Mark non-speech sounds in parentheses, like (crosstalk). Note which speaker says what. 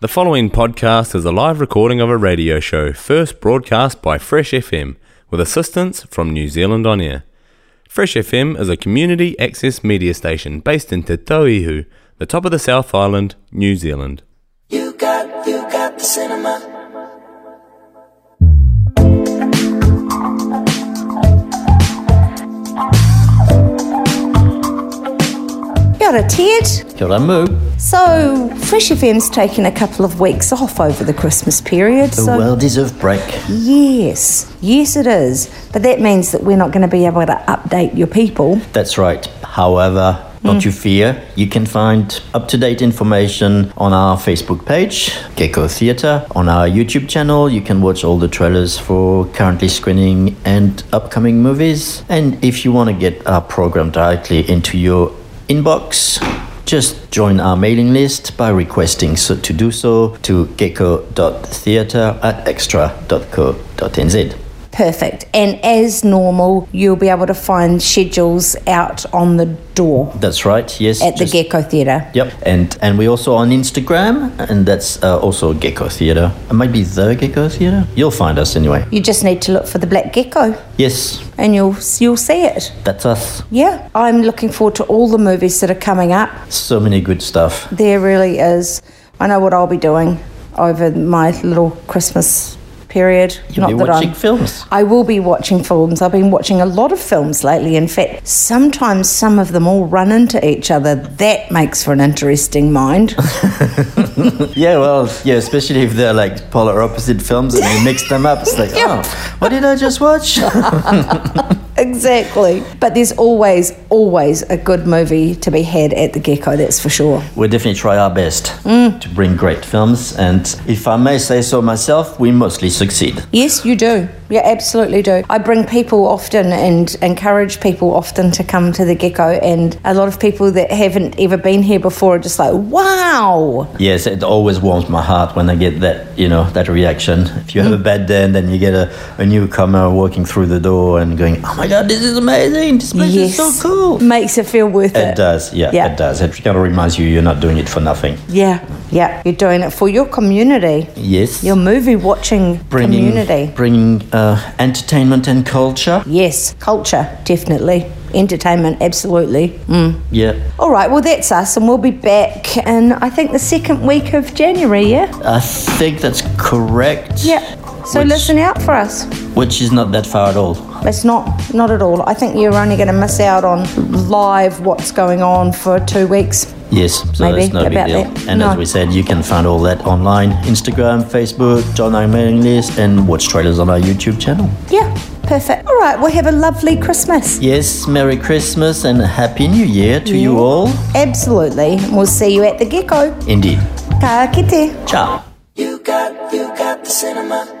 Speaker 1: The following podcast is a live recording of a radio show first broadcast by Fresh FM with assistance from New Zealand On Air. Fresh FM is a community access media station based in Te Tauihu, the top of the South Island, New Zealand.
Speaker 2: You got, you got the cinema.
Speaker 3: Kia ora, Ted.
Speaker 4: Kia ora, Moo.
Speaker 3: So, Fresh FM's taken a couple of weeks off over the Christmas period.
Speaker 4: The
Speaker 3: so,
Speaker 4: world is of break.
Speaker 3: yes, yes, it is. But that means that we're not going to be able to update your people.
Speaker 4: That's right. However, not
Speaker 3: Mm.
Speaker 4: you fear, you can find up to date information on our Facebook page, Gecko Theatre, on our YouTube channel. You can watch all the trailers for currently screening and upcoming movies. And if you want to get our program directly into your inbox, just join our mailing list by requesting so to do so to gecko.theatre at extra.co.nz.
Speaker 3: Perfect. And as normal, you'll be able to find schedules out on the door
Speaker 4: That's right, yes.
Speaker 3: at the
Speaker 4: just-
Speaker 3: Gecko Theatre.
Speaker 4: Yep, and and we also on Instagram, and that's uh, also Gecko Theatre. It might be the Gecko Theatre. You'll find us anyway.
Speaker 3: You just need to look for the black gecko
Speaker 4: Yes,
Speaker 3: and you'll you'll see it.
Speaker 4: that's us.
Speaker 3: Yeah. I'm looking forward to all the movies that are coming up.
Speaker 4: So many good stuff.
Speaker 3: There really is. I know what I'll be doing over my little Christmas period.
Speaker 4: You'll be
Speaker 3: that
Speaker 4: watching films.
Speaker 3: I will be watching films. I've been watching a lot of films lately. In fact, sometimes some of them all run into each other. That makes for an interesting
Speaker 4: (laughs)
Speaker 3: mind.
Speaker 4: Yeah, well, yeah, especially if they're like polar opposite films and you mix them up. It's like, oh, what did I just watch?
Speaker 3: exactly. But there's always, always a good movie to be had at the Gecko, that's for sure.
Speaker 4: we'll definitely try our best to bring great films, and if I may say so myself, we mostly succeed.
Speaker 3: Yes, you do. You absolutely do. I bring people often and encourage people often to come to the gecko, and a lot of people that haven't ever been here before are just like, wow.
Speaker 4: Yes, it always warms my heart when I get that, you know, that reaction. If you have a
Speaker 3: Mm.
Speaker 4: bad day and then you get a, a newcomer walking through the door and going, oh my god, this is amazing, this place
Speaker 3: yes.
Speaker 4: is so cool.
Speaker 3: Makes it feel worth it.
Speaker 4: It does, yeah,
Speaker 3: Yeah.
Speaker 4: it does. It kind of reminds you you're not doing it for nothing.
Speaker 3: Yeah, yeah. You're doing it for your community,
Speaker 4: Yes.
Speaker 3: your movie watching
Speaker 4: bringing,
Speaker 3: community.
Speaker 4: Bringing uh, entertainment and culture.
Speaker 3: Yes, culture, definitely. Entertainment, absolutely. Mm.
Speaker 4: Yeah.
Speaker 3: All right, well, that's us, and we'll be back in, I think, the second week of January, yeah?
Speaker 4: I think that's correct.
Speaker 3: Yeah. So
Speaker 4: Which-
Speaker 3: listen out for us.
Speaker 4: Which is not that far at all.
Speaker 3: It's not, not at all. I think you're only going to miss out on live what's going on for two weeks.
Speaker 4: Yes, so
Speaker 3: Maybe,
Speaker 4: it's no big
Speaker 3: about
Speaker 4: deal.
Speaker 3: that.
Speaker 4: And as
Speaker 3: No.
Speaker 4: we said, you can find all that online Instagram, Facebook, join our mailing list, and watch trailers on our YouTube channel.
Speaker 3: Yeah, perfect. All right, well, have a lovely Christmas.
Speaker 4: Yes, Merry Christmas and a Happy New Year to you all.
Speaker 3: Absolutely. And We'll see you at the gecko.
Speaker 4: Indeed.
Speaker 3: Ka kite.
Speaker 4: Ciao.
Speaker 2: You got, you got the cinema.